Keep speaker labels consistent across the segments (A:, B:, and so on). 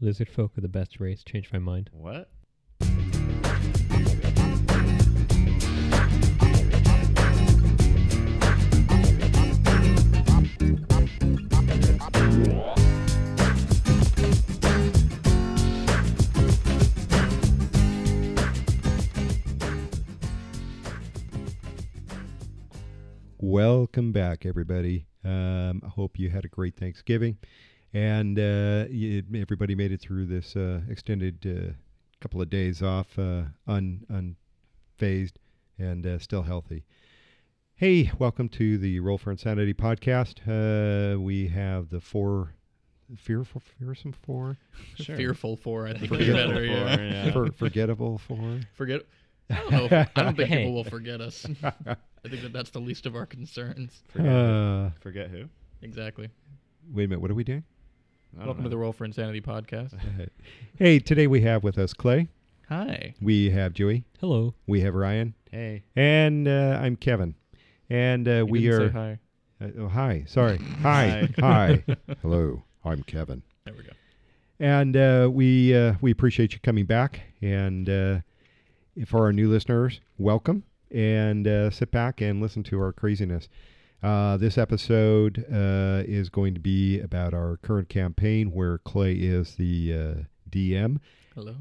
A: Lizard folk are the best race. Changed my mind.
B: What?
C: Welcome back, everybody. Um, I hope you had a great Thanksgiving, and uh, you, everybody made it through this uh, extended uh, couple of days off, uh, un unfazed, and uh, still healthy. Hey, welcome to the Roll for Insanity podcast. Uh, we have the four, fearful, fearsome four,
B: Sure.
D: Fearful for, I think is
C: Forgetful
D: better.
B: for,
D: Yeah.
B: yeah.
C: for, forgettable four.
D: Forget. I don't know. If, I don't think
A: Hey.
D: people will forget us. I think that that's the least of our concerns.
B: Forget,
C: Uh,
B: forget who?
D: Exactly.
C: wait a minute, what are we doing?
B: I don't
D: Welcome to
B: know.
D: the Roll for Insanity podcast.
C: hey, today we have with us Clay,
D: Hi.
C: we have Dewey,
A: Hello.
C: we have Ryan,
B: Hey.
C: And uh, I'm Kevin. And uh, we
D: didn't
C: are.
D: Say hi.
C: Uh, oh, hi. Sorry. Hi. hi. Hello. I'm Kevin.
D: There we go.
C: And uh, we uh, we appreciate you coming back. And uh, for our new listeners, welcome. And uh, sit back and listen to our craziness. Uh, this episode uh, is going to be about our current campaign where Clay is the uh, DM
D: Hello.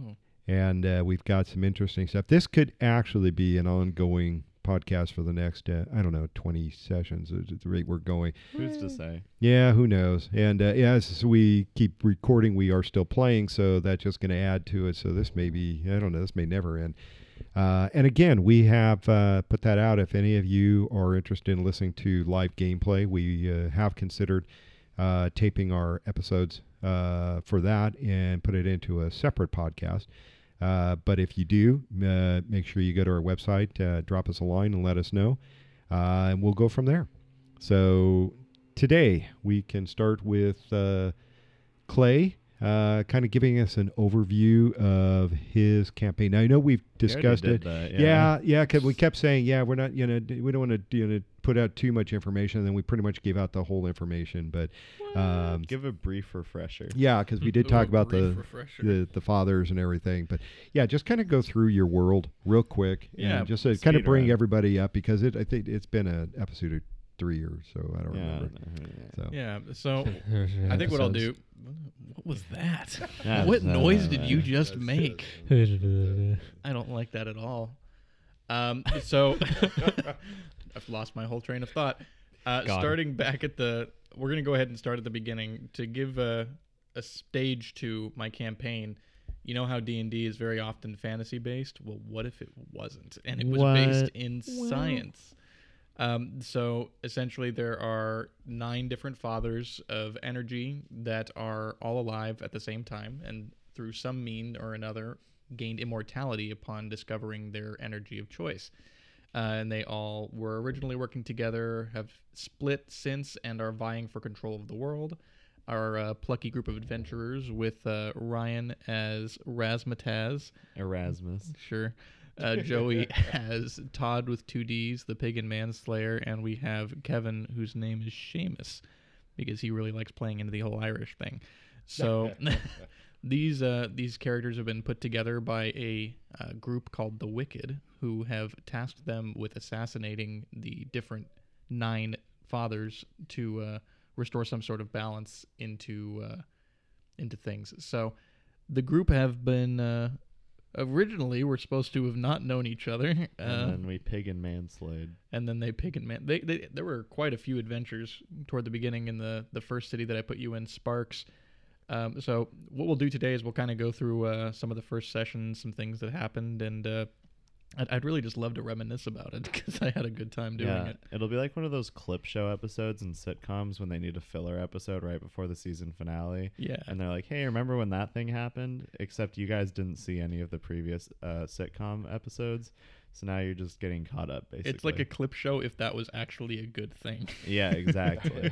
C: and uh, we've got some interesting stuff. This could actually be an ongoing podcast for the next, uh, I don't know, 20 sessions at the rate we're going.
B: Who's to say?
C: Yeah, who knows? And uh, as we keep recording, we are still playing, so that's just going to add to it. So this may be, I don't know, this may never end. Uh, and again, we have uh, put that out. If any of you are interested in listening to live gameplay, we uh, have considered uh, taping our episodes uh, for that and put it into a separate podcast. Uh, but if you do, uh, make sure you go to our website, uh, drop us a line, and let us know, uh, and we'll go from there. So today we can start with uh, Clay, uh, kind of giving us an overview of his campaign. Now I know we've
B: We already
C: discussed
B: did
C: it.
B: that,
C: Yeah, yeah, because we kept saying, yeah, we're not, you know, d- we don't want to, you know, put out too much information. And then we pretty much gave out the whole information, but um,
B: Give a brief refresher.
C: yeah, because we did
D: Ooh,
C: talk
D: a
C: about
D: brief
C: the,
D: refresher.
C: the the fathers and everything, but yeah, just kind of go through your world real quick,
D: Yeah,
C: and just to kind of
B: speed
C: bring
B: round.
C: everybody up because it, I think it's been an episode or three or so. I don't
B: Yeah.
C: remember. So
D: Yeah. So I think what I'll do. What was that? what noise
C: uh,
D: did you just make? I don't like that at all. Um, so I've lost my whole train of thought. Uh,
B: Got it.
D: starting back at the, we're gonna go ahead and start at the beginning to give a, a stage to my campaign. You know how D and D is very often fantasy based. Well, what if it wasn't, and it was based
B: What?
D: in science? Um, so essentially, there are nine different fathers of energy that are all alive at the same time, and through some mean or another, gained immortality upon discovering their energy of choice. Uh, and they all were originally working together, have split since, and are vying for control of the world. Our uh, plucky group of adventurers, with uh, Ryan as Razmataz,
B: Erasmus.
D: Sure. Uh, Joey has Todd with two D's, the pig and manslayer, and we have Kevin, whose name is Seamus, because he really likes playing into the whole Irish thing. So these uh, these characters have been put together by a uh, group called the Wicked, who have tasked them with assassinating the different nine fathers to uh, restore some sort of balance into uh, into things. So the group have been uh, originally were supposed to have not known each other, uh,
B: and then we pig and manslayed.
D: and then they pick and man. They, they there were quite a few adventures toward the beginning in the the first city that I put you in, Sparks. Um, so what we'll do today is we'll kind of go through uh, some of the first sessions, some things that happened, and uh, I'd, I'd really just love to reminisce about it because I had a good time doing it.
B: It'll be like one of those clip show episodes in sitcoms when they need a filler episode right before the season finale.
D: Yeah.
B: And they're like, hey, remember when that thing happened? Except you guys didn't see any of the previous uh, sitcom episodes. So now you're just getting caught up, basically.
D: It's like a clip show if that was actually a good thing.
B: Yeah, exactly.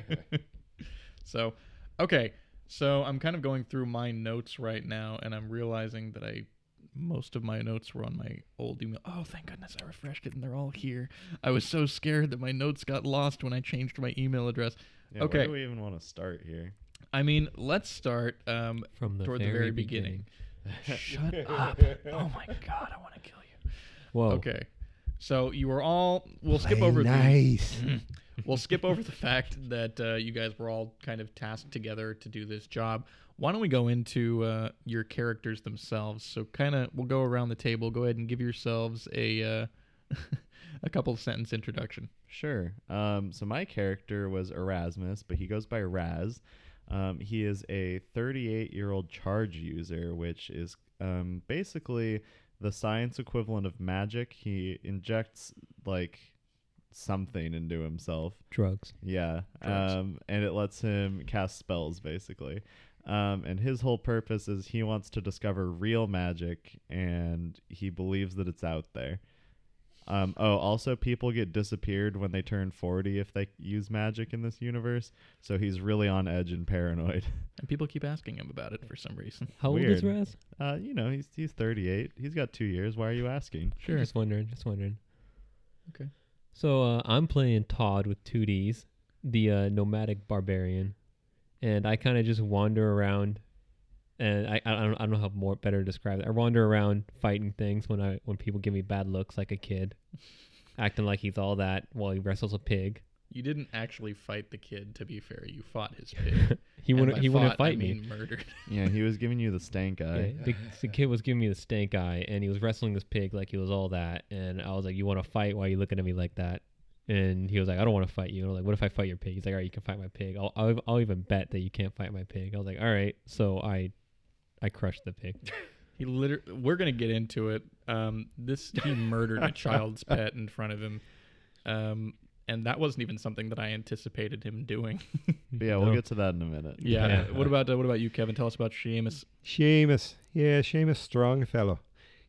D: so, okay. So I'm kind of going through my notes right now, and I'm realizing that I most of my notes were on my old email. Oh, thank goodness I refreshed it, and they're all here. I was so scared that my notes got lost when I changed my email address.
B: Yeah, Where
D: Okay.
B: do we even want to start here?
D: I mean, let's start um,
A: From the
D: toward
A: very,
D: the very
A: beginning.
D: beginning. Shut up! Oh my god, I want to kill you.
A: Whoa.
D: Okay, so you were all. We'll skip over the.
C: nice.
D: We'll skip over the fact that uh, you guys were all kind of tasked together to do this job. Why don't we go into uh, your characters themselves? So, kind of, we'll go around the table. Go ahead and give yourselves a uh, a couple sentence introduction.
B: Sure. Um, so my character was Erasmus, but he goes by Raz. Um, he is a 38 year old charge user, which is um, basically the science equivalent of magic. He injects like something into himself.
A: Drugs.
B: Yeah.
D: Drugs.
B: Um, and it lets him cast spells, basically. Um, and his whole purpose is he wants to discover real magic and he believes that it's out there. Um, oh, also, people get disappeared when they turn 40 if they use magic in this universe. So he's really on edge and paranoid.
D: And people keep asking him about it for some reason.
A: How old is
B: Weird.
A: Raz?
B: Uh, you know, he's, he's 38. He's got two years. Why are you asking?
D: Sure.
A: Just wondering. Just wondering.
D: Okay.
A: So uh, I'm playing Todd with two Ds, the uh, nomadic barbarian, and I kind of just wander around, and I I I don't, I don't know how more better to describe it. I wander around fighting things when I when people give me bad looks like a kid, acting like he's all that while he wrestles a pig.
D: You didn't actually fight the kid. To be fair, you fought his pig.
A: He
D: And
A: wouldn't
D: by
A: he wouldn't
D: fought, I
A: fight me.
D: mean Murdered.
B: Yeah, he was giving you the stank
A: Yeah,
B: eye.
A: the, the kid was giving me the stank eye, and he was wrestling this pig like he was all that. And I was like, "You want to fight? Why are you looking at me like that?" And he was like, "I don't want to fight you." And I was like, "What if I fight your pig?" He's like, "All right, you can fight my pig. I'll, I'll, I'll even bet that you can't fight my pig." I was like, "All right." So I, I crushed the pig.
D: He literally. We're gonna get into it. Um, this he murdered a child's pet in front of him, um, and that wasn't even something that I anticipated him doing.
B: But yeah, we'll
A: No.
B: get to that in a minute.
D: Yeah.
A: Yeah.
D: What about uh, what about you, Kevin? Tell us about Seamus.
C: Seamus, yeah, Seamus, strong fellow.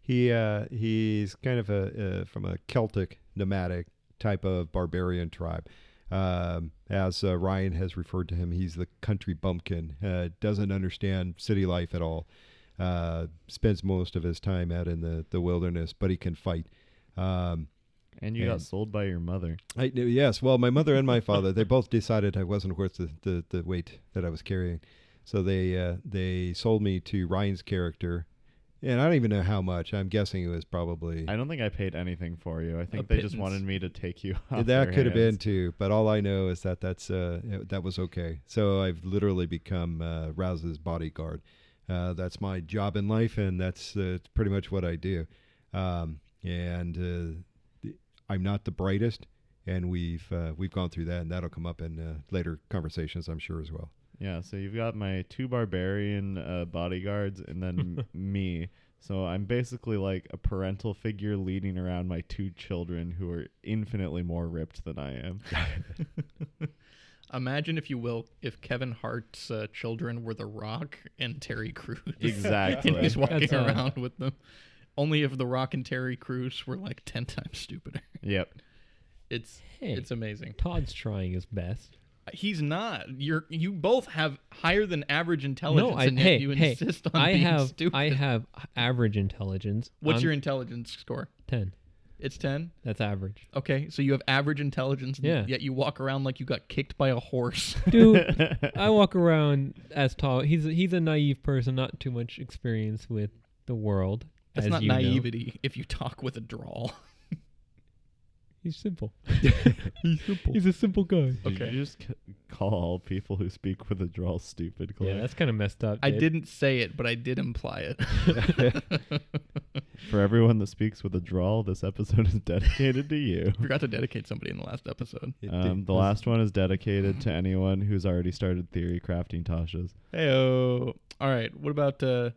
C: He uh, he's kind of a uh, from a Celtic nomadic type of barbarian tribe. Um, as uh, Ryan has referred to him, he's the country bumpkin. Uh, doesn't understand city life at all. Uh, spends most of his time out in the, the wilderness, but he can fight. Um,
B: And you got
C: And-
B: sold by your mother.
C: I knew, yes. Well, my mother and my father, they both decided I wasn't worth the, the, the weight that I was carrying. So they uh, they sold me to Ryan's character. And I don't even know how much. I'm guessing it was probably
B: I don't think I paid anything for you. I think they just
D: pittance.
B: wanted me to take you off. their
C: that could have been
B: hands.
C: too. But all I know is that that's uh, it- that was okay. So I've literally become uh, Rouse's bodyguard. Uh, that's my job in life, and that's uh, pretty much what I do. Um, and uh, I'm not the brightest, and we've uh, we've gone through that, and that'll come up in uh, later conversations, I'm sure as well.
B: Yeah, so you've got my two barbarian uh, bodyguards and then m- me. So I'm basically like a parental figure leading around my two children who are infinitely more ripped than I am.
D: Imagine, if you will, if Kevin Hart's uh, children were The Rock and Terry Crews.
B: Exactly.
D: and he's walking
A: That's, uh,
D: around with them. Only if The Rock and Terry Crews were like ten times stupider.
B: yep.
D: It's
A: Hey.
D: it's amazing.
A: Todd's trying his best.
D: He's not. You're you both have higher than average intelligence,
A: no, I
D: and yet
A: hey
D: you
A: hey,
D: insist on
A: I
D: being
A: have
D: stupid.
A: I um, have average intelligence.
D: What's
A: I'm
D: your intelligence score?
A: ten?
D: It's ten.
A: That's average,
D: Okay, so you have average intelligence, and
A: Yeah.
D: yet you walk around like you got kicked by a horse.
A: dude. I walk around as Todd. He's he's a naive person, not too much experience with the world.
D: That's
A: as
D: not
A: you know.
D: naivety if you talk with a drawl.
A: He's simple. He's a simple guy.
B: Did
D: Okay.
B: you just c- call all people who speak with a drawl stupid? Clay?
A: Yeah, that's kind of messed up.
D: I
A: dude.
D: didn't say it, but I did imply it.
B: For everyone that speaks with a drawl, this episode is dedicated to you.
D: Forgot to dedicate somebody in the last episode.
C: It-
B: Um,
C: it
B: the
C: was-
B: last one is dedicated to anyone who's already started theory crafting Tasha's.
D: Hey, all right. What about uh,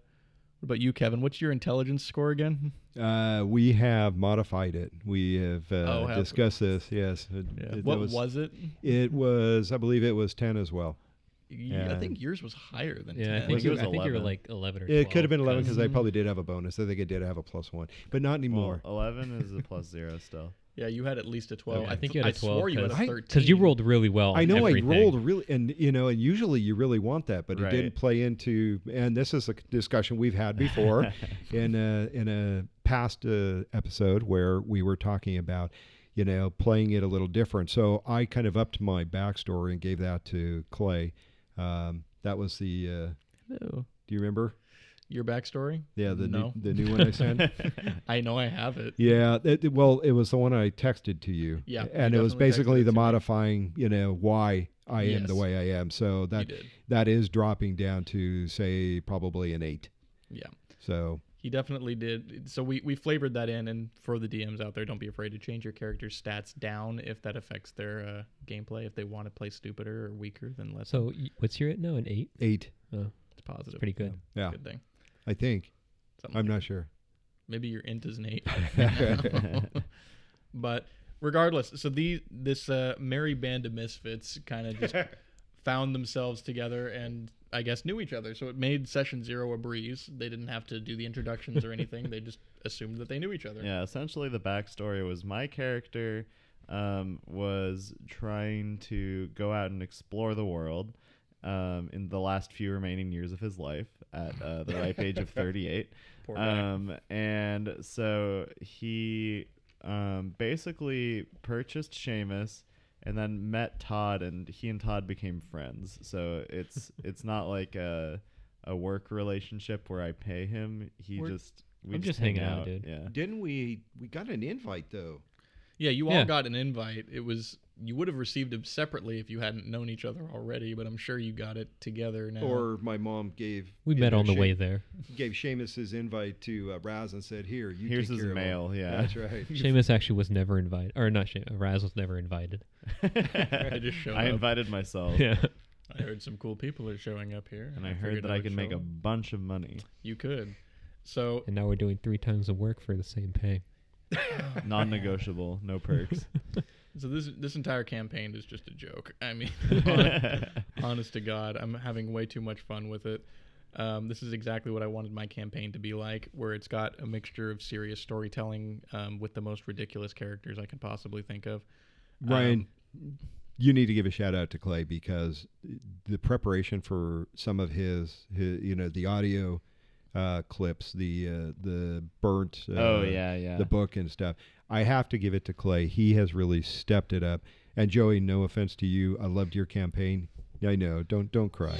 D: what about you, Kevin? What's your intelligence score again?
C: uh, we have modified it. We have, uh,
D: Oh, have-
C: discussed this. Yes, It- it-
D: What
C: that
D: was, it?
C: it? Was I believe it was ten as well.
D: You- I
B: Yeah.
D: think yours was higher than
A: Yeah,
D: 10.
A: I think,
B: it
A: you, I
B: was
A: think you were
B: 11.
A: like 11 or 12.
C: It could have been 11 because I
D: Mhm.
C: probably did have a bonus. I think I did have a plus one, but not anymore.
B: Well, uh, 11 is a plus zero still.
D: yeah, you had at least a 12.
A: I think you had
D: a
A: a 12
D: swore you had a
A: because-
D: 13.
A: Because you rolled really well.
C: I
A: on
C: know
A: everything.
C: I rolled really, and you know, and usually you really want that, but
B: Right.
C: it didn't play into. And this is a discussion we've had before in a in a past uh, episode where we were talking about, you know, playing it a little different. So I kind of upped my backstory and gave that to Clay, um, That was the. Uh,
D: Hello.
C: do you remember?
D: Your backstory?
C: Yeah, the
D: no.
C: new, the new one I sent.
D: I know I have it.
C: yeah, it- it- well, it was the one I texted to you.
D: Yeah, you
C: and it was
D: definitely texted
C: basically
D: it
C: the
D: to me.
C: modifying, you know, why I am the
D: Yes.
C: way I am. So
D: You
C: that
D: did.
C: that is dropping down to say probably an eight.
D: Yeah.
C: So
D: He definitely did. So we, we flavored that in, and for the DMs out there, don't be afraid to change your character's stats down if that affects their uh, gameplay. If they want to play stupider or weaker, then let's
A: So y- what's your now? An eight?
C: eight.
D: it's positive.
A: Pretty good.
C: Yeah,
D: Good thing.
C: I think.
D: Something
C: I'm
D: like
C: not sure.
D: maybe your int is an eight. right now. but regardless, so these this uh, merry band of misfits kind of just found themselves together and I guess knew each other. So it made session zero a breeze. They didn't have to do the introductions or anything. they just assumed that they knew each other.
B: Yeah, essentially the backstory was my character um, was trying to go out and explore the world um, in the last few remaining years of his life at uh, the ripe age of 38.
D: Poor guy.
B: Um, and so he um, basically purchased Seamus and then met Todd, and he and Todd became friends. So it's it's not like a a work relationship where I pay him. He
C: We're-
B: just we
A: I'm just
B: just, hang
A: hanging out, dude.
B: Yeah.
C: Didn't we? We got an invite though.
D: yeah, you all
A: yeah.
D: got an invite. It was you would have received them separately if you hadn't known each other already, but I'm sure you got it together now.
C: Or my mom gave.
A: We
C: you
A: met
C: know,
A: on the
C: she
A: way there.
C: Gave Seamus his invite to uh, Raz and said, "Here, you
B: Here's
C: take
B: his
C: care of him."
B: mail. Yeah.
C: That's right.
A: Seamus actually was never invited, or not Seamus. Raz was never invited.
B: I
D: just showed
B: I
D: up.
B: invited myself.
A: Yeah.
D: I heard some cool people are showing up here,
B: And I heard
D: figured
B: that I
D: would
B: could make
D: show
B: a
D: up.
B: bunch of money.
D: You could. So
A: And now we're doing three times the work for the same pay.
B: Non negotiable, no perks.
D: So this this entire campaign is just a joke. I mean,
B: yeah,
D: honest to God, I'm having way too much fun with it. Um, this is exactly what I wanted my campaign to be like, where it's got a mixture of serious storytelling um, with the most ridiculous characters I can possibly think of.
C: Ryan,
B: Um,
C: you need to give a shout out to Clay because the preparation for some of his, his you know, the audio uh, clips, the uh, the burnt, uh,
B: Oh, yeah, yeah.
C: the book and stuff. I have to give it to Clay. He has really stepped it up. And Joey, no offense to you, I loved your campaign. I know, don't don't cry.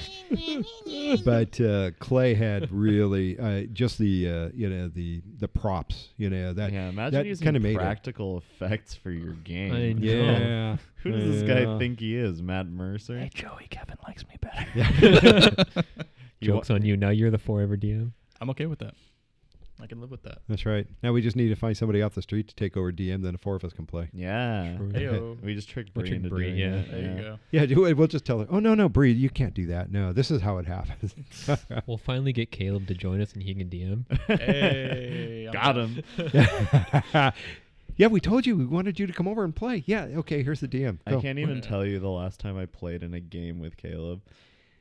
C: but uh, Clay had really uh, just the uh, you know the the props, you know that
B: imagine
C: that
B: using
C: kinda made it.
B: practical effects for your game.
A: I know.
C: yeah.
B: Who does this
C: Yeah.
B: guy think he is, Matt Mercer?
D: Joey, Kevin likes me better.
B: You wa-
A: Joke's on you. Now you're the forever DM.
D: I'm okay with that. I can live with that.
C: That's right. Now we just need to find somebody off the street to take over DM, then the four of us can play.
B: Yeah.
A: True.
D: Heyo.
B: We just tricked
A: We
B: Bree
A: tricked
B: into
A: Bree,
B: doing
A: yeah.
B: that,
D: There you go.
C: Yeah, do it. we'll just tell her, oh, no, no, Bree, you can't do that. No, this is how it happens.
A: We'll finally get Caleb to join us and he can DM.
D: Hey, I'm-
B: Got him.
C: yeah, we told you we wanted you to come over and play. Yeah, okay, here's the DM.
B: I
C: Go.
B: can't even tell you the last time I played in a game with Caleb.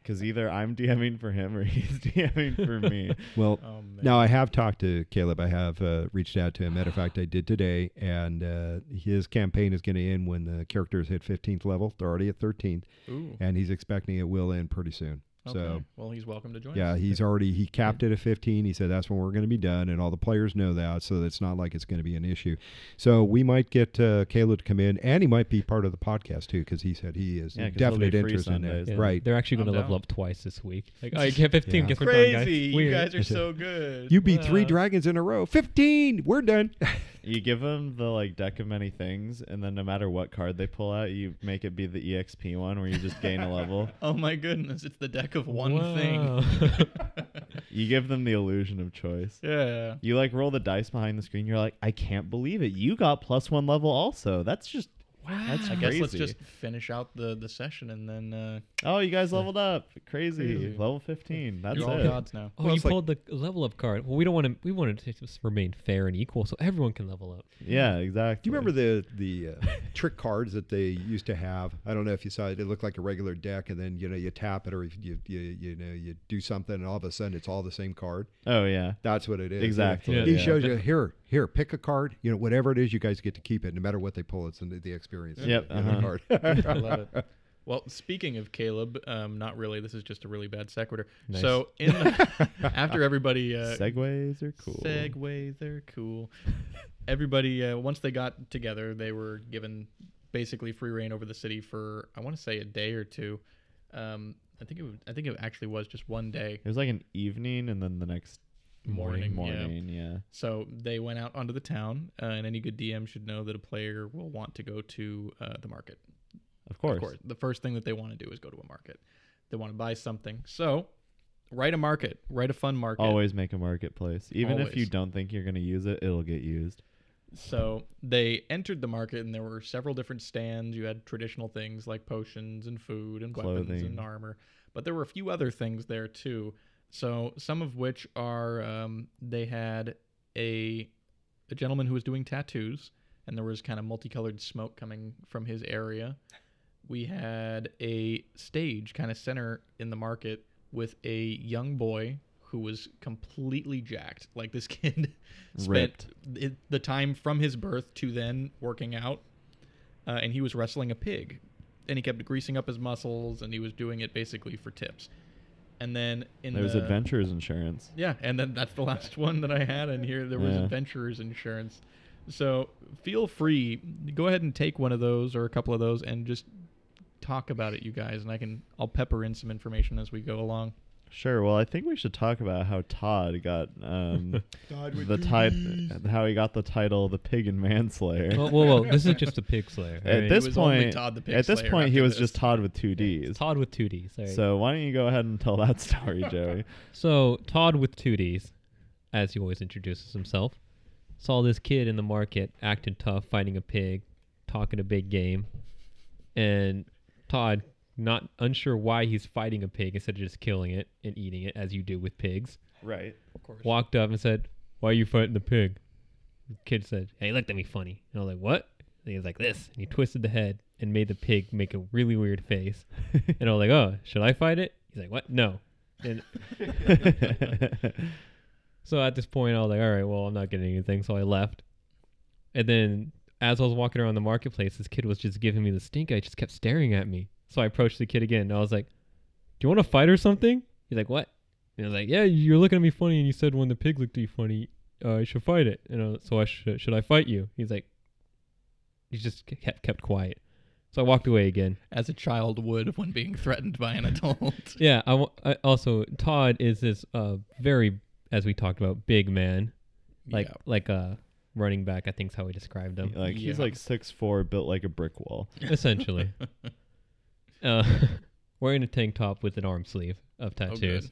B: Because either I'm DMing for him or he's DMing for me.
C: Well,
D: Oh, man.
C: now I have talked to Caleb. I have uh, reached out to him. Matter of fact, I did today, and uh, his campaign is going to end when the characters hit 15th level. They're already at 13th,
D: Ooh,
C: and he's expecting it will end pretty soon.
D: okay.
C: So
D: well, he's welcome to join.
C: Yeah,
D: us.
C: he's already he capped it at 15. He said that's when we're going to be done, and all the players know that, so it's not like it's going to be an issue. So we might get uh, Caleb to come in, and he might be part of the podcast too, because he said he is
B: Yeah, 'cause he'll be
C: definite
B: free
C: interest in
B: Sundays.
C: that.
A: Yeah,
C: Right?
A: They're actually
D: I'm
A: going to level
D: down.
A: up twice this week. Like, oh, you get 15.
C: Yeah.
A: Guess we're done, guys.
D: Crazy! You
A: Weird.
D: guys are so good.
C: You beat three
D: Wow.
C: dragons in a row. 15. We're done.
B: You give them the like deck of many things, and then no matter what card they pull out, you make it be the EXP one where you just gain a level.
D: Oh my goodness, it's the deck of one thing.
A: Wow.
B: You give them the illusion of choice.
D: Yeah.
B: You like roll the dice behind the screen. You're like, I can't believe it. You got plus one level also. That's just wow. That's
D: I
B: crazy.
D: guess let's just finish out the, the session and then uh,
B: Oh, you guys leveled up. Crazy.
D: Crazy.
B: Level 15. That's
D: you're all
B: it.
D: gods now.
A: oh,
C: Well,
A: you
C: it's like-
A: pulled the level up card. Well, we don't want to. We want it to just remain fair and equal, so everyone can level up.
B: Yeah, exactly.
C: Do you remember the the uh, trick cards that they used to have? I don't know if you saw it. It looked like a regular deck, and then you know you tap it, or if you you you know you do something, and all of a sudden it's all the same card.
B: Oh yeah.
C: That's what it is.
B: Exactly,
A: Yeah.
C: He
A: yeah.
C: shows you here, here, pick a card. You know, whatever it is, you guys get to keep it, no matter what they pull. It's the, the experience. of
B: Yep,
C: the- of the
B: uh-huh.
C: card.
D: I love it. Well, speaking of Caleb, um, not really. This is just a really bad sequitur.
A: Nice.
D: So in the, after everybody uh,
B: Segways are cool.
D: Segway, they're cool. Everybody, uh, once they got together, they were given basically free reign over the city for I want to say a day or two. Um, I think it. would- I think it actually was just one day.
B: It was like an evening and then the next
D: Morning, yeah.
B: Morning, yeah.
D: So they went out onto the town, uh, and any good DM should know that a player will want to go to uh, the market.
B: Of course.
D: Of course, the first thing that they want to do is go to a market. They want to buy something. So, write a market. Write a fun market.
B: Always make a marketplace. Even if you
D: Always.
B: don't think you're going to use it, it'll get used.
D: So they entered the market, and there were several different stands. You had traditional things like potions and food and weapons
B: Clothing.
D: and armor, but there were a few other things there too. So some of which are um, they had a a gentleman who was doing tattoos, and there was kind of multicolored smoke coming from his area. We had a stage kind of center in the market with a young boy who was completely jacked. Like this kid spent it, the time from his birth to then working out, uh, and he was wrestling a pig, and he kept greasing up his muscles, and he was doing it basically for tips. And then in
B: There was
D: the,
B: adventurers insurance.
D: yeah, and then that's the last one that I had in here. There was
B: Yeah.
D: adventurers insurance. So feel free, go ahead and take one of those or a couple of those and just talk about it, you guys. And I can, I'll pepper in some information as we go along.
B: Sure. Well, I think we should talk about how Todd got um, the title, how he got the title, the pig and manslayer.
A: Whoa, whoa, whoa. This is just a pig slayer.
B: at
A: alright?
B: this
D: Oh, was only
B: point,
D: Todd the pig
B: at this
D: slayer
B: point, he
D: after
B: was
D: this.
B: just Todd with two
A: It's
B: D's.
A: Todd with two D's. All right. So,
B: So why don't you go ahead and tell that story, Joey?
A: Todd with two D's, as he always introduces himself, saw this kid in the market acting tough, fighting a pig, talking a big game, and Todd, not unsure why he's fighting a pig instead of just killing it and eating it as you do with pigs,
B: right.
D: Of course.
A: walked up and said, "Why are you fighting the pig?" The kid said, "Hey, he looked at me funny," and I was like, "What?" And he was like this, and he twisted the head and made the pig make a really weird face, and I was like, "Oh, should I fight it?" He's like, "What? No." And so at this point, I was like, "All right, well, I'm not getting anything," so I left. And then as I was walking around the marketplace, this kid was just giving me the stink eye. Just kept staring at me. So I approached the kid again, and I was like, "Do you want to fight or something?" He's like, "What?" And I was like, "Yeah, you're looking at me funny, and you said when the pig looked at you funny, uh, you should fight it." And I was, so I should should I fight you? He's like, he just kept kept quiet. So I walked away again.
D: As a child would when being threatened by an adult.
A: Yeah. I, wa- I also Todd is this uh very as we talked about big man like
D: Yeah.
A: like a running back. I think's how we described him
B: Like he's
D: Yeah.
B: like six four, built like a brick wall.
A: essentially. uh, wearing a tank top with an arm sleeve of
D: Oh,
A: tattoos.
D: good.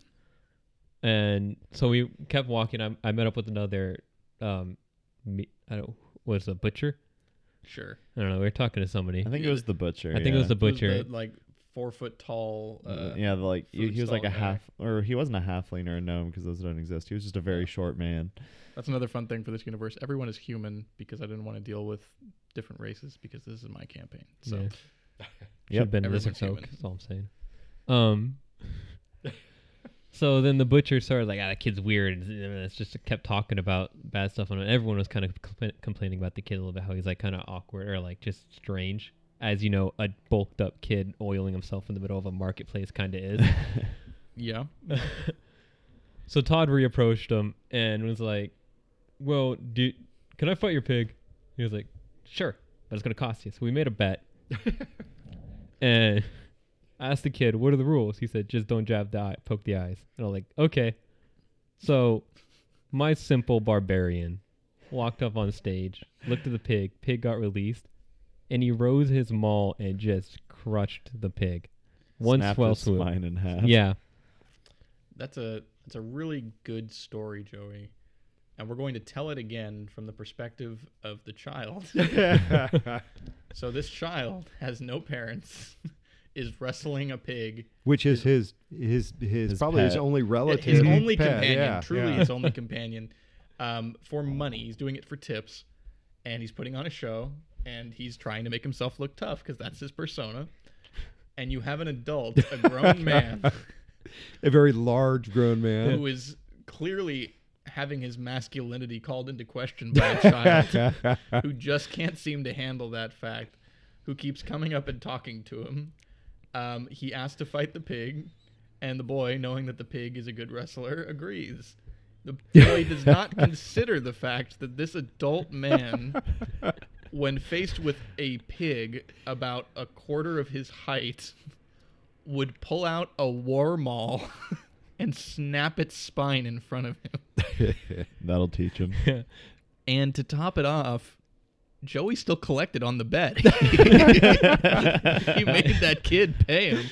A: and so we kept walking. I, I met up with another, um, me, I don't was a butcher.
D: Sure.
A: I don't know. We were talking to somebody.
B: I think it
D: Yeah,
B: was the butcher.
A: I think it was the
D: It was
A: butcher. Mm,
D: the, like four foot tall. Uh,
B: yeah, the, like he,
D: food
B: he was like a
D: stall guy.
B: half, or he wasn't a halfling or a gnome because those don't exist. He was just a very short man.
D: That's another fun thing for this universe. Everyone is human because I didn't want to deal with different races because this is my campaign. So
A: Yeah. Should
B: Yep.
A: have been
D: Everyone's
A: lizard folk.
D: human.
A: That's all I'm saying. Um. so then the butcher started like, ah, that kid's weird. And it's just kept talking about bad stuff, and everyone was kind of compla- complaining about the kid a little bit, how he's like kind of awkward or like just strange. As you know, a bulked up kid oiling himself in the middle of a marketplace kind of is.
D: yeah.
A: So Todd reapproached him and was like, "Well, do can I fight your pig?" He was like, "Sure, but it's gonna cost you." So we made a bet, and I asked the kid, "What are the rules?" He said, "Just don't jab the eye, poke the eyes." And I'm like, "Okay." So my simple barbarian walked up on stage, looked at the pig. Pig got released, and he rose his maul and just crushed the pig. One
B: Snapped
A: swell
B: his
A: swoop.
B: spine in half.
A: Yeah.
D: That's a that's a really good story, Joey. And we're going to tell it again from the perspective of the child. so this child has no parents, is wrestling a pig.
C: Which is his his his,
B: His
C: probably his
B: pet.
C: only relative.
D: his only
C: pet,
D: companion,
C: yeah,
D: truly
C: yeah.
D: his only companion, um, for money. He's doing it for tips, and he's putting on a show, and he's trying to make himself look tough because that's his persona. And you have an adult, a grown man,
C: a very large grown man.
D: who is clearly having his masculinity called into question by a child who just can't seem to handle that fact, who keeps coming up and talking to him. Um, he asks to fight the pig, and the boy, knowing that the pig is a good wrestler, agrees. The boy does not consider the fact that this adult man, when faced with a pig about a quarter of his height, would pull out a war maul and snap its spine in front of him.
B: That'll teach him.
D: And to top it off, Joey still collected on the bet. he made that kid pay him.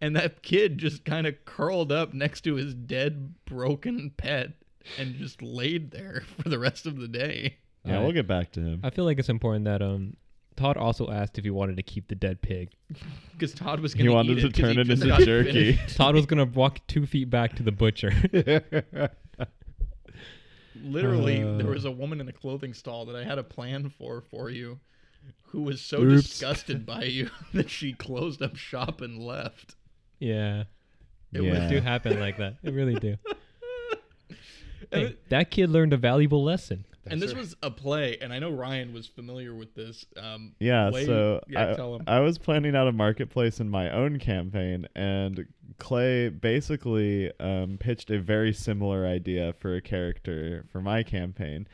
D: And that kid just kind of curled up next to his dead, broken pet and just laid there for the rest of the day.
B: Yeah, we'll get back to him.
A: I feel like it's important that um Todd also asked if he wanted to keep the dead pig.
D: Because Todd was going
B: He
D: to
B: wanted to turn it into jerky.
A: Todd was gonna walk two feet back to the butcher.
D: Literally, there
C: Uh.
D: was a woman in a clothing stall that I had a plan for for you who was so
C: Oops.
D: disgusted by you that she closed up shop and left.
A: yeah,
D: It
A: it
B: Yeah.
A: do happen like that. It really do.
D: And
A: Hey, that kid learned a valuable lesson.
D: and this was a play, and I know Ryan was familiar with this. Um,
B: Yeah,
D: way-
B: so
D: yeah,
B: I,
D: tell him.
B: I was planning out a marketplace in my own campaign, and Clay basically um, pitched a very similar idea for a character for my campaign.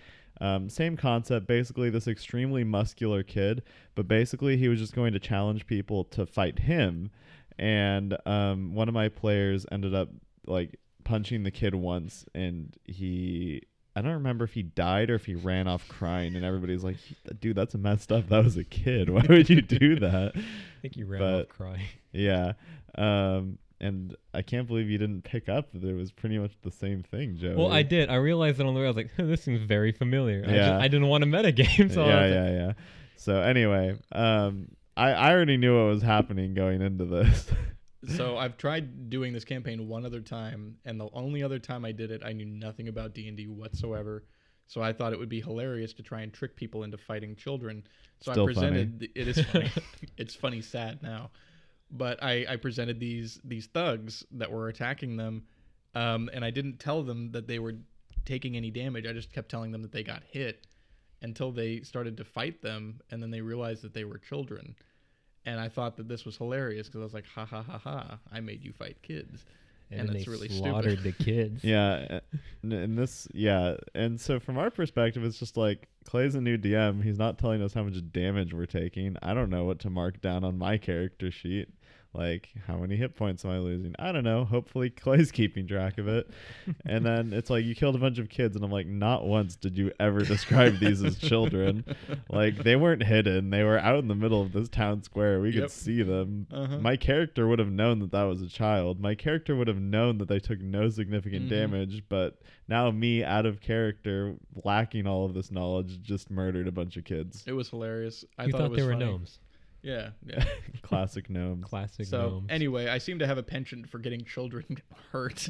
B: Um, same concept, basically, this extremely muscular kid, but basically, he was just going to challenge people to fight him. And um, one of my players ended up like punching the kid once, and he I don't remember if he died or if he ran off crying, and everybody's like, "Dude, that's messed up. That was a kid. Why would you do that?"
A: I think you ran
B: But-
A: off crying.
B: Yeah, um, and I can't believe you didn't pick up. that it was pretty much the same thing, Joe.
A: Well, I did. I realized that on the way. I was like, "Huh, "This seems very familiar." I,
B: Yeah.
A: just, I didn't want to metagame, so
B: yeah,
A: I was
B: yeah, yeah. So anyway, um, I I already knew what was happening going into this.
D: so I've tried doing this campaign one other time, and the only other time I did it, I knew nothing about D and D whatsoever. So I thought it would be hilarious to try and trick people into fighting children. So
B: Still
D: I
B: funny.
D: presented. th- It is funny. it's funny, sad now, but I, I presented these these thugs that were attacking them, um, and I didn't tell them that they were taking any damage. I just kept telling them that they got hit until they started to fight them, and then they realized that they were children. And I thought that this was hilarious because I was like, ha ha ha ha, I made you fight kids. And,
A: then
D: it's
A: they
D: really
A: slaughtered
D: stupid.
A: the kids.
B: yeah, and- and this, yeah, and so from our perspective, it's just like Clay's a new DM. He's not telling us how much damage we're taking. I don't know what to mark down on my character sheet. Like, how many hit points am I losing? I don't know. Hopefully, Clay's keeping track of it. and then it's like, you killed a bunch of kids. And I'm like, not once did you ever describe these as children. Like, they weren't hidden, they were out in the middle of this town square. We
D: Yep.
B: could see them.
D: Uh-huh.
B: My character would have known that that was a child. My character would have known that they took no significant
D: Mhm.
B: damage, but now me, out of character, lacking all of this knowledge, just murdered a bunch of kids.
D: It was hilarious. I
A: you
D: thought,
A: thought,
D: it was
A: they were
D: funny.
A: gnomes.
D: Yeah, yeah.
B: Classic gnomes.
A: Classic
D: so
A: gnomes.
D: anyway, I seem to have a penchant for getting children hurt,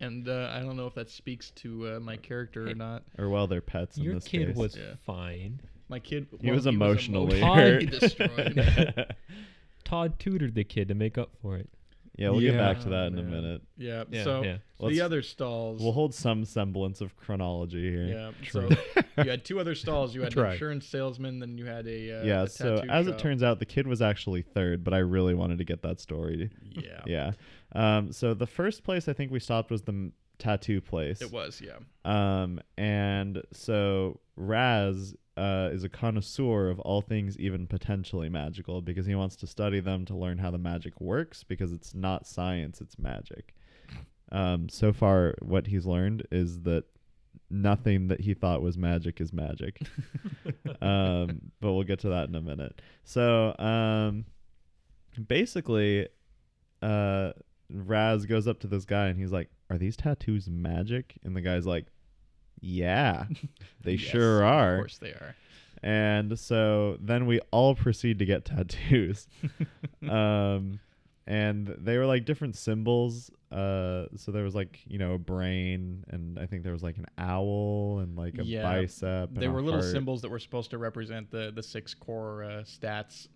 D: and uh, I don't know if that speaks to uh, my character or not.
B: Or well, they're pets in
A: your
B: this
A: kid
B: case.
A: was
D: Yeah.
A: fine.
D: My kid.
B: He was emotionally
D: emotionally
B: hurt.
D: destroyed.
A: Todd tutored the kid to make up for it.
B: yeah, we'll get
C: Yeah.
B: back to that in a
D: Oh, man.
B: minute.
D: yeah.
A: Yeah,
D: So
A: yeah.
B: Let's-
D: the other stalls.
B: We'll hold some semblance of chronology here.
D: yeah.
A: True.
D: So you had two other stalls. You had an
C: Try.
D: insurance salesman, then you had a uh,
B: Yeah,
D: a
B: so
D: tattoo
B: as it
D: shop.
B: turns out, the kid was actually third, but I really wanted to get that story.
D: yeah,
B: Yeah. Um, so the first place I think we stopped was the m- tattoo place.
D: it was yeah.
B: Um, and so Raz uh, is a connoisseur of all things, even potentially magical, because he wants to study them to learn how the magic works, because it's not science, it's magic. Um, so far, what he's learned is that nothing that he thought was magic is magic. um, but we'll get to that in a minute. So um, basically, uh, Raz goes up to this guy and he's like, "Are these tattoos magic?" And the guy's like, "Yeah, they
D: Yes,
B: sure are."
D: Of course they are.
B: And so then we all proceed to get tattoos. um, and they were like different symbols. Uh, so there was like, you know, a brain, and I think there was like an owl and like a
D: Yeah.
B: bicep. and
D: They
B: a
D: were little
B: heart.
D: symbols that were supposed to represent the the six core uh, stats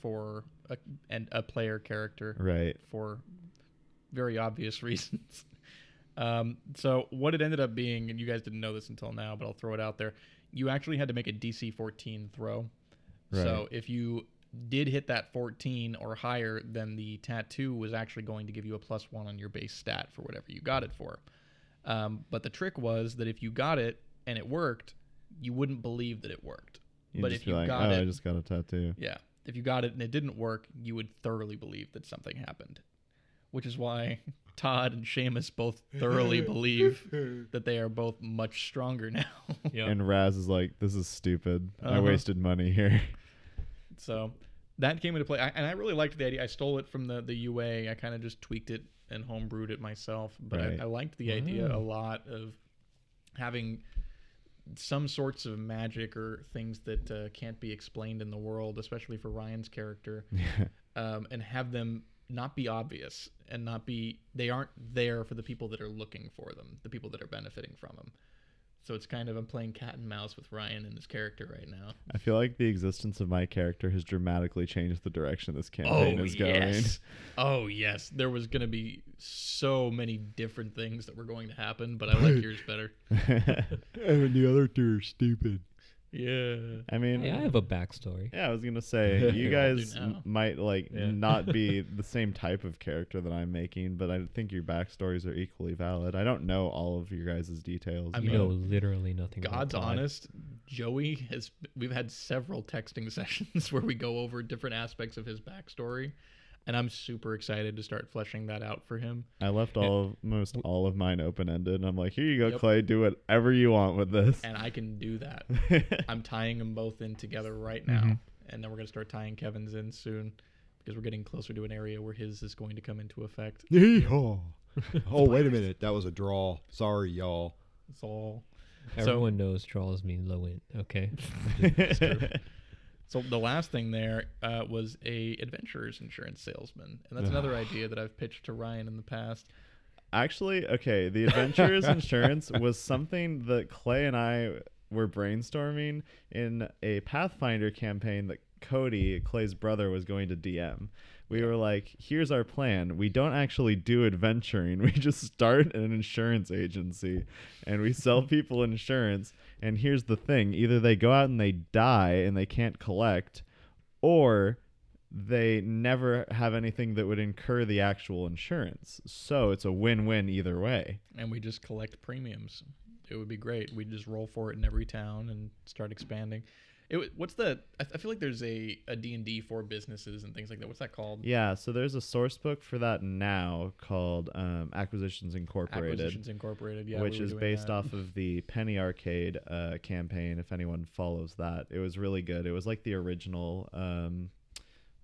D: for a, and a player character.
B: Right.
D: for very obvious reasons. Um, so what it ended up being, and you guys didn't know this until now, but I'll throw it out there. You actually had to make a DC 14 throw. So
B: Right.
D: if you did hit that 14 or higher, then the tattoo was actually going to give you a plus one on your base stat for whatever you got it for. Um, but the trick was that if you got it and it worked, you wouldn't believe that it worked.
B: You'd
D: but
B: just
D: if
B: be
D: you
B: like,
D: got
B: oh,
D: it,
B: I just got a tattoo.
D: yeah. If you got it and it didn't work, you would thoroughly believe that something happened. which is why Todd and Seamus both thoroughly believe that they are both much stronger now.
B: And Raz is like, this is stupid. I
D: Uh-huh.
B: wasted money here.
D: so that came into play, I, and I really liked the idea. I stole it from the the UA. I kind of just tweaked it and homebrewed it myself, but
B: Right.
D: I, I liked the idea a lot of having some sorts of magic or things that uh, can't be explained in the world, especially for Ryan's character, um, and have them not be obvious and not be they aren't there for the people that are looking for them, the people that are benefiting from them. So it's kind of I'm playing cat and mouse with Ryan and his character right now.
B: I feel like the existence of my character has dramatically changed the direction this campaign is going.
D: Oh yes. There was gonna be so many different things that were going to happen, but I like yours better.
C: and the other two are stupid.
D: Yeah.
B: I mean,
A: Hey, I have a backstory.
B: Yeah, I was gonna say you
D: We all do
B: guys
D: now.
B: m- might like
A: Yeah.
B: not be the same type of character that I'm making, but I think your backstories are equally valid. I don't know all of your guys' details.
D: I
A: You
D: mean-
A: know
B: but
A: literally nothing. about
D: God's
A: Todd.
D: honest, Joey has we've had several texting sessions where we go over different aspects of his backstory. And I'm super excited to start fleshing that out for him.
B: I left all of, most all of mine open ended, and I'm like, here you go,
D: Yep.
B: Clay. Do whatever you want with this.
D: And I can do that. I'm tying them both in together right now. And then we're going to start tying Kevin's in soon because we're getting closer to an area where his is going to come into effect.
C: Yeehaw. oh, wait a minute. That was a draw. Sorry, y'all.
D: It's all. So-
A: Everyone knows trolls mean low end. Okay.
D: So the last thing there uh, was a adventurer's insurance salesman, and that's another idea that I've pitched to Ryan in the past.
B: Actually, okay, the adventurers insurance was something that Clay and I were brainstorming in a Pathfinder campaign that Cody, Clay's brother, was going to DM. We were like, here's our plan. We don't actually do adventuring. We just start an insurance agency and we sell people insurance. And here's the thing either they go out and they die and they can't collect, or they never have anything that would incur the actual insurance. So it's a win win either way.
D: And we just collect premiums. It would be great. We just roll for it in every town and start expanding. It, w- what's the? I, I feel like there's a a D and D for businesses and things like that. What's that called?
B: Yeah, so there's a source book for that now called um, Acquisitions Incorporated,
D: Acquisitions Incorporated. Yeah, we
B: which
D: were
B: is
D: doing
B: based
D: that.
B: off of the Penny Arcade uh, campaign, if anyone follows that. It was really good. It was like the original um,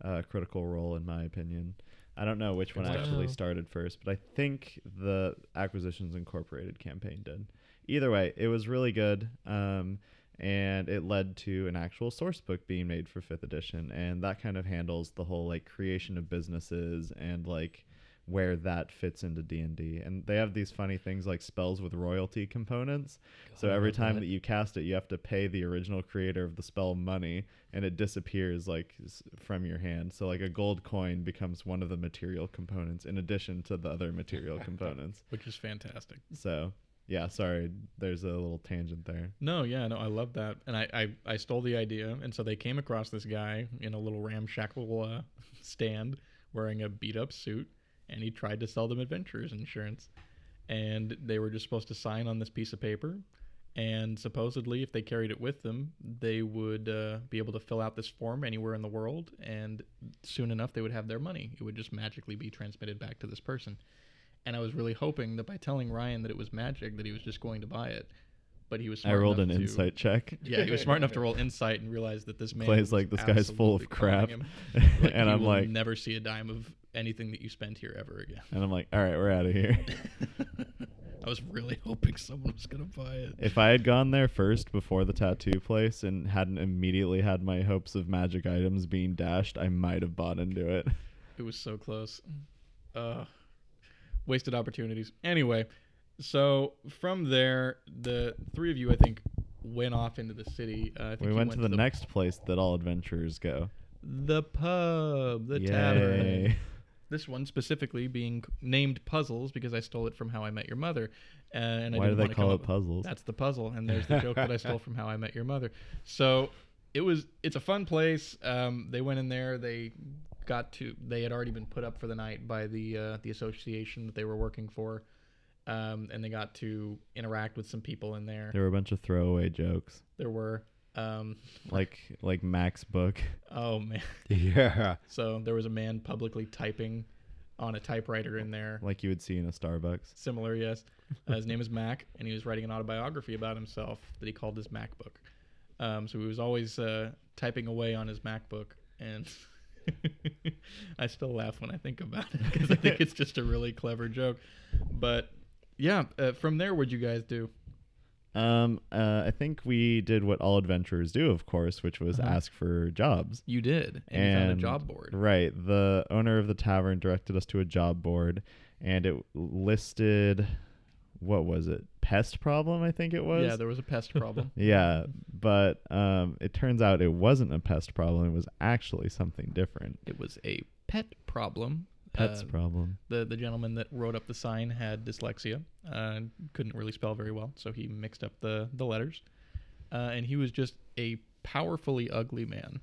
B: uh, Critical Role, in my opinion. I don't know which one
A: Wow.
B: actually started first, but I think the Acquisitions Incorporated campaign did. Either way, it was really good. Um, and it led to an actual source book being made for fifth edition. And that kind of handles the whole like creation of businesses and like where that fits into D&D. And they have these funny things like spells with royalty components. so
A: God, I
B: every
A: love
B: time
A: that.
B: that you cast it, you have to pay the original creator of the spell money and it disappears like s- from your hand. So like a gold coin becomes one of the material components in addition to the other material components.
D: which is fantastic.
B: So, yeah, sorry, there's a little tangent there.
D: No, yeah, no, I love that, and I, I, I stole the idea, and so they came across this guy in a little ramshackle uh, stand wearing a beat up suit, and he tried to sell them adventurers insurance, and they were just supposed to sign on this piece of paper, and supposedly if they carried it with them, they would uh, be able to fill out this form anywhere in the world, and soon enough they would have their money. It would just magically be transmitted back to this person, and I was really hoping that by telling Ryan that it was magic, that he was just going to buy it. But he was.
B: I
D: Smart
B: rolled an
D: enough to-
B: insight check.
D: yeah, he was smart enough to roll insight and realize that this man
B: Clay's
D: was
B: like, this guy's full of
D: absolutely
B: crap.
D: conning him. Like,
B: and
D: you
B: I'm
D: will
B: like,
D: never see a dime of anything that you spend here ever again.
B: and I'm like, all right, we're out of here.
D: I was really hoping someone was gonna buy it.
B: if I had gone there first before the tattoo place and hadn't immediately had my hopes of magic items being dashed, I might have bought into it.
D: It was so close. Uh, wasted opportunities. Anyway, so from there, the three of you, I think, went off into the city. Uh, I think
B: We
D: you
B: went to the,
D: the
B: next place that all adventurers go.
D: the pub, the tavern.
B: Yay.
D: This one specifically being c- named puzzles because I stole it from How I Met Your Mother, uh, and I
B: Why do
D: didn't
B: they
D: wanna come
B: call
D: up-
B: it puzzles?
D: That's the puzzle, and there's the joke that I stole from How I Met Your Mother. So it was. It's a fun place. Um, they went in there. They got to. They had already been put up for the night by the uh, the association that they were working for, um, and they got to interact with some people in there.
B: There were a bunch of throwaway jokes,
D: There were. Um,
B: like like Mac's book.
D: oh man.
C: Yeah.
D: So there was a man publicly typing on a typewriter in there.
B: like you would see in a Starbucks.
D: Similar, yes. Uh, his name is Mac, and he was writing an autobiography about himself that he called his MacBook. Um, so he was always uh, typing away on his MacBook, and I still laugh when I think about it because I think it's just a really clever joke. But yeah, uh, from there, what'd you guys do?
B: Um, uh, I think we did what all adventurers do, of course, which was ask for jobs.
D: You did, Uh-huh. and, you found a job board.
B: Right. The owner of the tavern directed us to a job board, and it listed what was it? Pest problem, I think it was.
D: Yeah, there was a pest problem.
B: Yeah, but um, it turns out it wasn't a pest problem. It was actually something different.
D: it was a pet problem.
B: Pets
D: Uh,
B: problem.
D: the the gentleman that wrote up the sign had dyslexia uh, couldn't really spell very well so he mixed up the the letters uh, and he was just a powerfully ugly man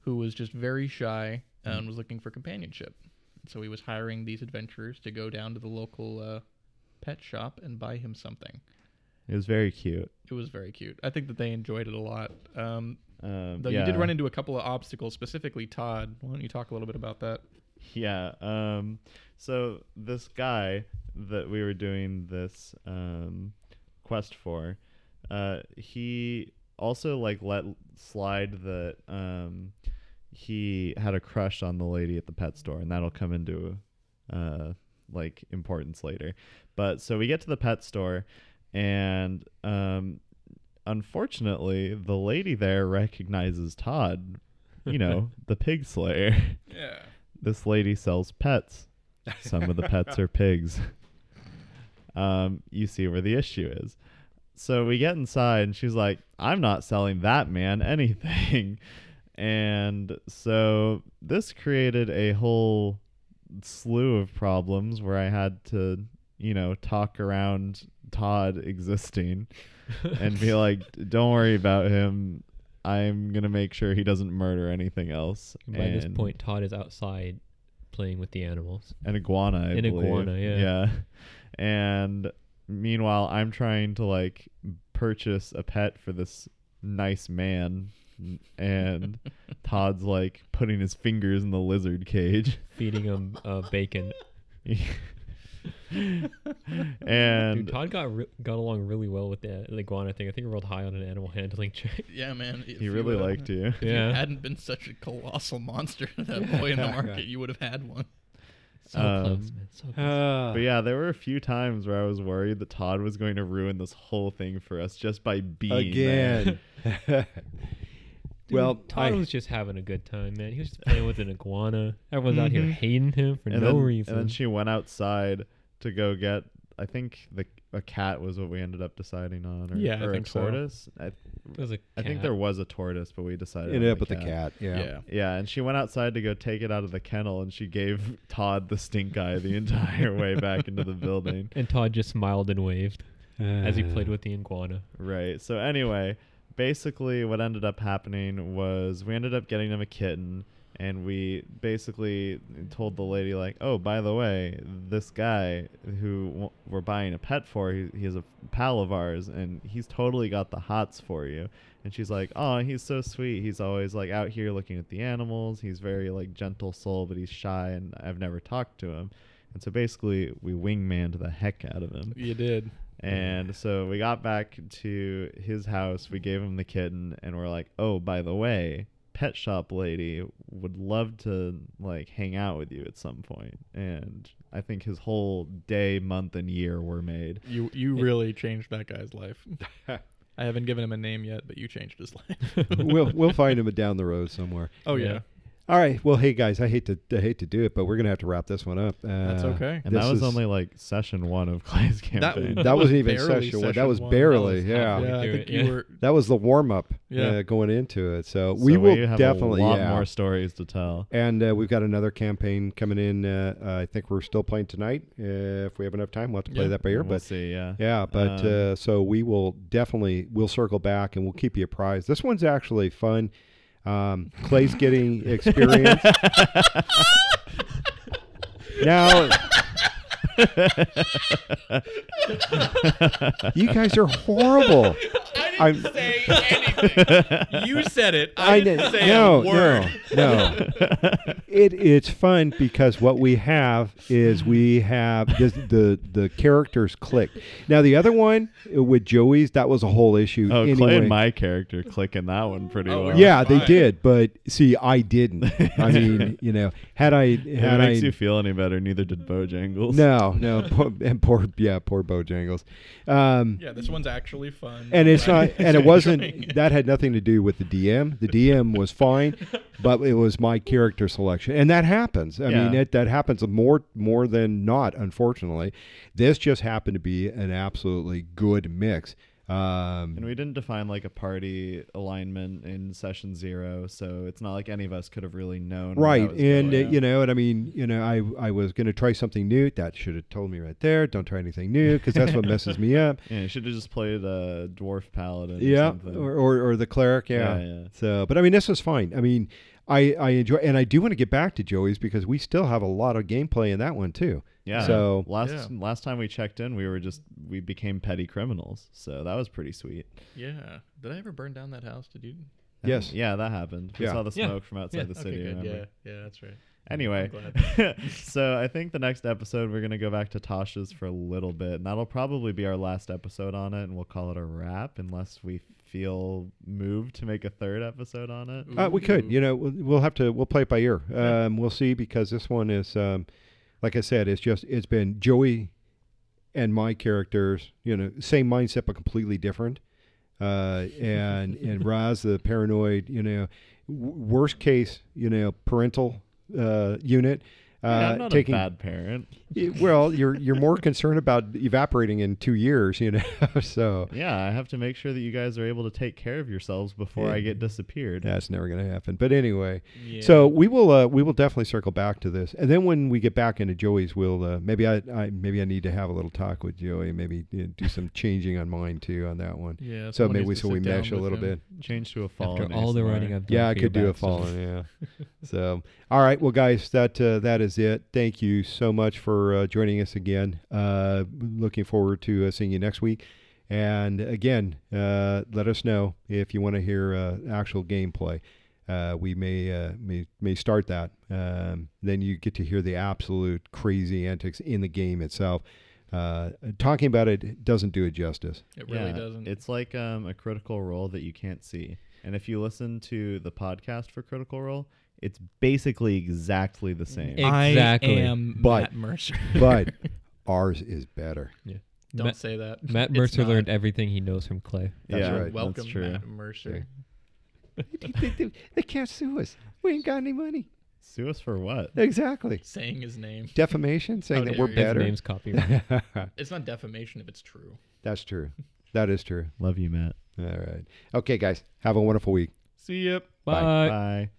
D: who was just very shy
B: Mm.
D: and was looking for companionship so he was hiring these adventurers to go down to the local uh, pet shop and buy him something
B: It was very cute.
D: it was very cute i think that they enjoyed it a lot um,
B: Um,
D: though you did run into a couple of obstacles specifically todd why don't you talk a little bit about that
B: Yeah. Um, so this guy that we were doing this um, quest for, uh, he also like let slide that um, he had a crush on the lady at the pet store, and that'll come into uh, like importance later. But so we get to the pet store, and um, unfortunately, the lady there recognizes Todd. You know, the pig slayer.
D: yeah
B: this lady sells pets. Some of the pets are pigs. Um, you see where the issue is. So we get inside, and she's like, I'm not selling that man anything. And so this created a whole slew of problems where I had to, you know, talk around Todd existing and be like, don't worry about him. I'm going to make sure he doesn't murder anything else.
A: By this
B: And-
A: point, Todd is outside playing with the animals.
B: an iguana. I
A: An
B: believe.
A: iguana, yeah.
B: Yeah. And meanwhile, I'm trying to like purchase a pet for this nice man, and Todd's like putting his fingers in the lizard cage.
A: feeding him uh, bacon.
B: and
A: Dude, Todd got re- got along really well with the the iguana thing. I think he rolled high on an animal handling check.
D: yeah man if
B: he
D: you uh,
B: really
D: would-
B: liked you.
D: If
A: Yeah.
D: you hadn't been such a colossal monster to that boy in the market, you would have had one.
A: So
B: Um,
A: close, man. So close.
B: But
E: Uh,
B: yeah, there were a few times where I was worried that Todd was going to ruin this whole thing for us just by being there.
C: Again.
A: Dude,
C: well,
A: Todd
C: I-
A: was just having a good time, man. He was just playing with an iguana. Everyone's out here
B: Mhm.
A: hating him for no
B: then,
A: reason.
B: And then she went outside to go get. I think the a cat was what we ended up deciding on, or,
D: Yeah, I
B: or
D: think
B: a
D: so.
B: tortoise. I,
A: It was a
B: I think
A: cat.
B: there was a tortoise, but we decided
C: ended
B: on
C: up with the cat. Yeah.
B: Yeah, and she went outside to go take it out of the kennel, and she gave Todd the stink eye the entire way back into the building.
A: And Todd just smiled and waved as he
C: Uh,
A: played with the iguana.
B: Right. So anyway, basically what ended up happening was we ended up getting him a kitten and we basically told the lady like, "Oh, by the way, this guy who w- we're buying a pet for, he, he is a pal of ours and he's totally got the hots for you." And she's like, "Oh, he's so sweet. He's always like out here looking at the animals. He's very like gentle soul, but he's shy and I've never talked to him." And so basically, we wingmanned the heck out of him.
D: You did.
C: Mm-hmm.
B: And so we got back to his house. We gave him the kitten, and we're like, "Oh, by the way, pet shop lady would love to like hang out with you at some point." And I think his whole day, month, and year were made.
D: You you really changed that guy's life. I haven't given him a name yet, but you changed his life.
C: we'll we'll find him down the road somewhere.
D: oh
A: Yeah.
D: yeah.
C: All right. Well, hey guys, I hate to I hate to do it, but we're gonna have to wrap this one up. Uh,
D: That's okay.
B: And
C: this
B: that was
C: is-
B: only like session one of Clay's
D: That-
B: campaign.
C: that wasn't even
D: barely
C: session one. That
D: session
C: was
D: one.
C: barely
A: was
C: yeah.
A: halfway.
D: Yeah, I
A: Do
D: think
A: it,
D: you
A: yeah.
D: were
C: That was the warm up
D: Yeah.
C: uh, going into it. So,
B: So
C: we will
B: have
C: definitely
B: a lot
C: yeah.
B: more stories to tell.
C: And uh, we've got another campaign coming in. Uh, uh, I think we're still playing tonight. Uh, if we have enough time, we'll have to play
D: Yeah.
C: that by ear.
B: we'll
C: but
B: see, yeah.
C: yeah, but
B: Um,
C: uh, so we will definitely we'll circle back and we'll keep you apprised. This one's actually fun. Um, Clay's getting experience. now you guys are horrible.
D: I
C: I'm-
D: say anything. You said it. I, didn't say
C: no,
D: a word.
C: no, no. It it's fun because what we have is we have this, the the characters clicked. Now the other one uh, with Joey's that was a whole issue.
B: Oh,
C: anyway.
B: Clay and my character clicking that one pretty
D: Oh,
B: well.
C: yeah, they
D: Fine.
C: did, but see, I didn't. I mean, you know, had I
B: If
C: had
B: it
C: I
B: makes you feel any better, neither did Bojangles.
C: no no poor, and poor yeah poor Bojangles. Um,
D: Yeah, this one's actually fun.
C: and it's
D: I'm
C: not and it
D: enjoying
C: wasn't
D: it.
C: that had nothing to do with the dm the dm was fine but it was my character selection and that happens i mean
B: Yeah.
C: it, that happens more more than not unfortunately this just happened to be an absolutely good mix um,
B: And we didn't define like a party alignment in session zero, so it's not like any of us could have really known. where that
C: right
B: was
C: and
B: going.
C: uh, you know and i mean you know i i was going to try something new that should have told me right there don't try anything new because that's what messes me up
B: Yeah, you should have just played a dwarf paladin.
C: yeah
B: or, something.
C: or, or or the cleric yeah.
B: Yeah, yeah.
C: so but i mean this was fine i mean i i enjoy and i do want to get back to joey's because we still have a lot of gameplay in that one too
B: yeah.
C: so
B: last
D: Yeah.
B: last time we checked in, we were just we became petty criminals, so that was pretty sweet.
D: Yeah. Did I ever burn down that house? Did you?
B: I
C: Yes.
B: think- yeah, that happened. We
C: Yeah.
B: saw the
A: Yeah.
B: smoke from outside
A: Yeah.
B: the city.
D: okay, good.
B: remember?
D: Yeah. Yeah, that's right.
B: Anyway,
D: I'm
B: so I think the next episode we're gonna go back to Tasha's for a little bit, and that'll probably be our last episode on it, and we'll call it a wrap unless we feel moved to make a third episode on it.
C: uh, we
D: Ooh.
B: Mm-hmm.
C: could you know we'll, we'll have to we'll play it by ear um we'll see because this one is um like i said it's just it's been joey and my characters you know same mindset but completely different uh and and Roz the paranoid you know w- worst case you know parental uh unit uh
B: Yeah, I'm not
C: taking
B: a bad parent.
C: Y- well, you're you're more concerned about evaporating in two years, you know. so
B: Yeah, I have to make sure that you guys are able to take care of yourselves before I get disappeared.
C: that's never going to happen. But anyway,
D: Yeah.
C: so we will uh, we will definitely circle back to this, and then when we get back into Joey's, we'll uh, maybe I, I maybe I need to have a little talk with Joey, maybe you know, do some changing on mine too on that one.
D: Yeah.
C: so
D: someone
C: maybe
D: needs
C: we
D: to
C: so we
D: sit down
C: mesh a
D: with
C: little
D: him.
C: bit.
B: Change to a fall.
A: After all the writing I've done,
C: Yeah,
A: for
C: I
A: you
C: could do a
A: bastards.
C: fallen. Yeah. so, all right. Well, guys, that uh, that is it. Thank you so much for uh, joining us again. Uh, looking forward to uh, seeing you next week. And again, uh, let us know if you want to hear uh, actual gameplay. Uh, we may, uh, may may start that. Um, then you get to hear the absolute crazy antics in the game itself. Uh, talking about it doesn't do it justice.
D: It really
B: Yeah,
D: doesn't.
B: It's like um, a critical role that you can't see. And if you listen to the podcast for Critical Role, it's basically exactly the same.
A: Ex- Exactly.
D: I am
C: But-
D: Matt Mercer.
C: But ours is better.
D: Don't
A: Matt-
D: say that.
A: Matt
D: It's
A: Mercer
D: not.
A: learned everything he knows from Clay.
C: That's
B: yeah,
C: right.
D: Welcome,
B: That's true.
D: Matt Mercer.
C: they, they- they can't sue us. We ain't got any money.
B: Sue us for what?
C: Exactly.
D: Saying his name.
C: Defamation, saying
D: How
C: that
D: dare
C: we're
D: you.
A: His
C: better.
A: name's copyright.
D: It's not defamation if it's true.
C: That's true. That is true.
B: Love you, Matt.
C: All right. Okay, guys. Have a wonderful week.
D: See ya.
A: Bye.
B: Bye.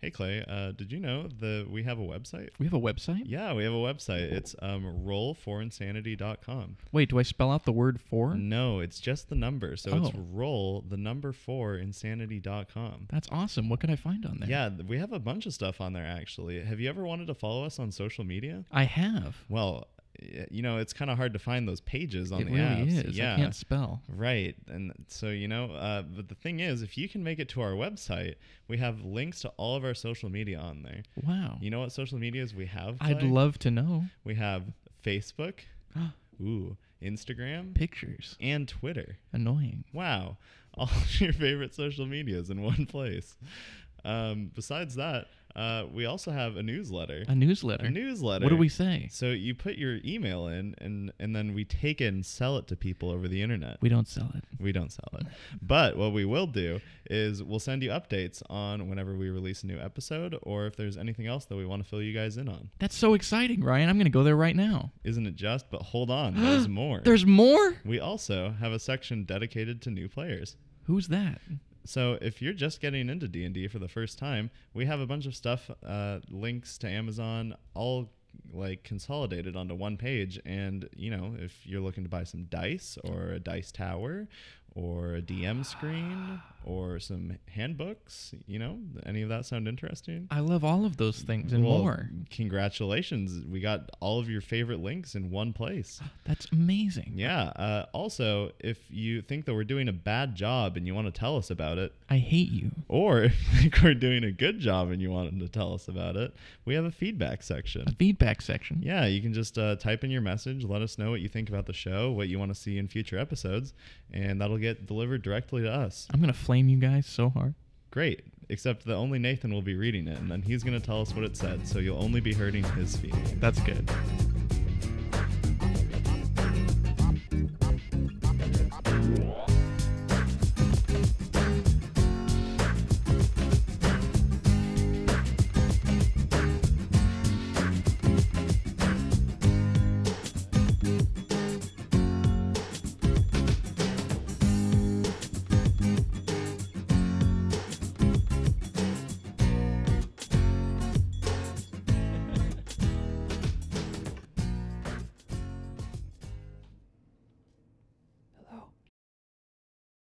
B: Hey Clay, uh, did you know that we have a website?
D: We have a website?
B: Yeah, we have a website. It's um, rollforinsanity.com.
D: Wait, do I spell out the word for?
B: No, it's just the number. So it's
D: Oh.
B: roll the number four insanity.com.
D: That's awesome. What can I find on there?
B: Yeah, th- we have a bunch of stuff on there actually. Have you ever wanted to follow us on social media?
D: I have.
B: Well, y- you know, it's kind of hard to find those pages on
D: it
B: the
D: really
B: apps.
D: is.
B: Yeah.
D: I can't spell.
B: Right. And so, you know, uh, but the thing is, if you can make it to our website, we have links to all of our social media on there.
D: Wow.
B: You know what social medias we have?
D: I'd
B: Clay?
D: love to know
B: We have Facebook, ooh, Instagram,
D: pictures.
B: and Twitter.
D: Annoying.
B: Wow. All of your favorite social medias in one place. Um, besides that, uh, we also have a newsletter.
D: A newsletter.
B: A newsletter.
D: What do we say?
B: So you put your email in, and and then we take it and sell it to people over the internet.
D: We don't sell it.
B: We don't sell it. But what we will do is we'll send you updates on whenever we release a new episode or if there's anything else that we want to fill you guys in on.
D: That's so exciting, Ryan. I'm going to go there right now.
B: Isn't it just? But hold on, there's more.
D: There's more?
B: we also have a section dedicated to new players.
D: Who's that?
B: So if you're just getting into D&D for the first time, we have a bunch of stuff uh, links to Amazon all like consolidated onto one page and you know if you're looking to buy some dice or a dice tower or a DM screen or some handbooks. You know, any of that sound interesting?
D: I love all of those things and
B: Well,
D: more.
B: Congratulations. We got all of your favorite links in one place.
D: That's amazing.
B: Yeah. Uh, also, if you think that we're doing a bad job and you want to tell us about it,
D: I hate you.
B: or if you think we're doing a good job and you want to tell us about it, we have a feedback section.
D: A feedback section.
B: Yeah, you can just uh, type in your message, let us know what you think about the show, what you want to see in future episodes, and that'll get delivered directly to us.
D: I'm gonna flame you guys so hard.
B: Great, except that only Nathan will be reading it, and then he's going to tell us what it said, so you'll only be hurting his feelings.
D: That's good.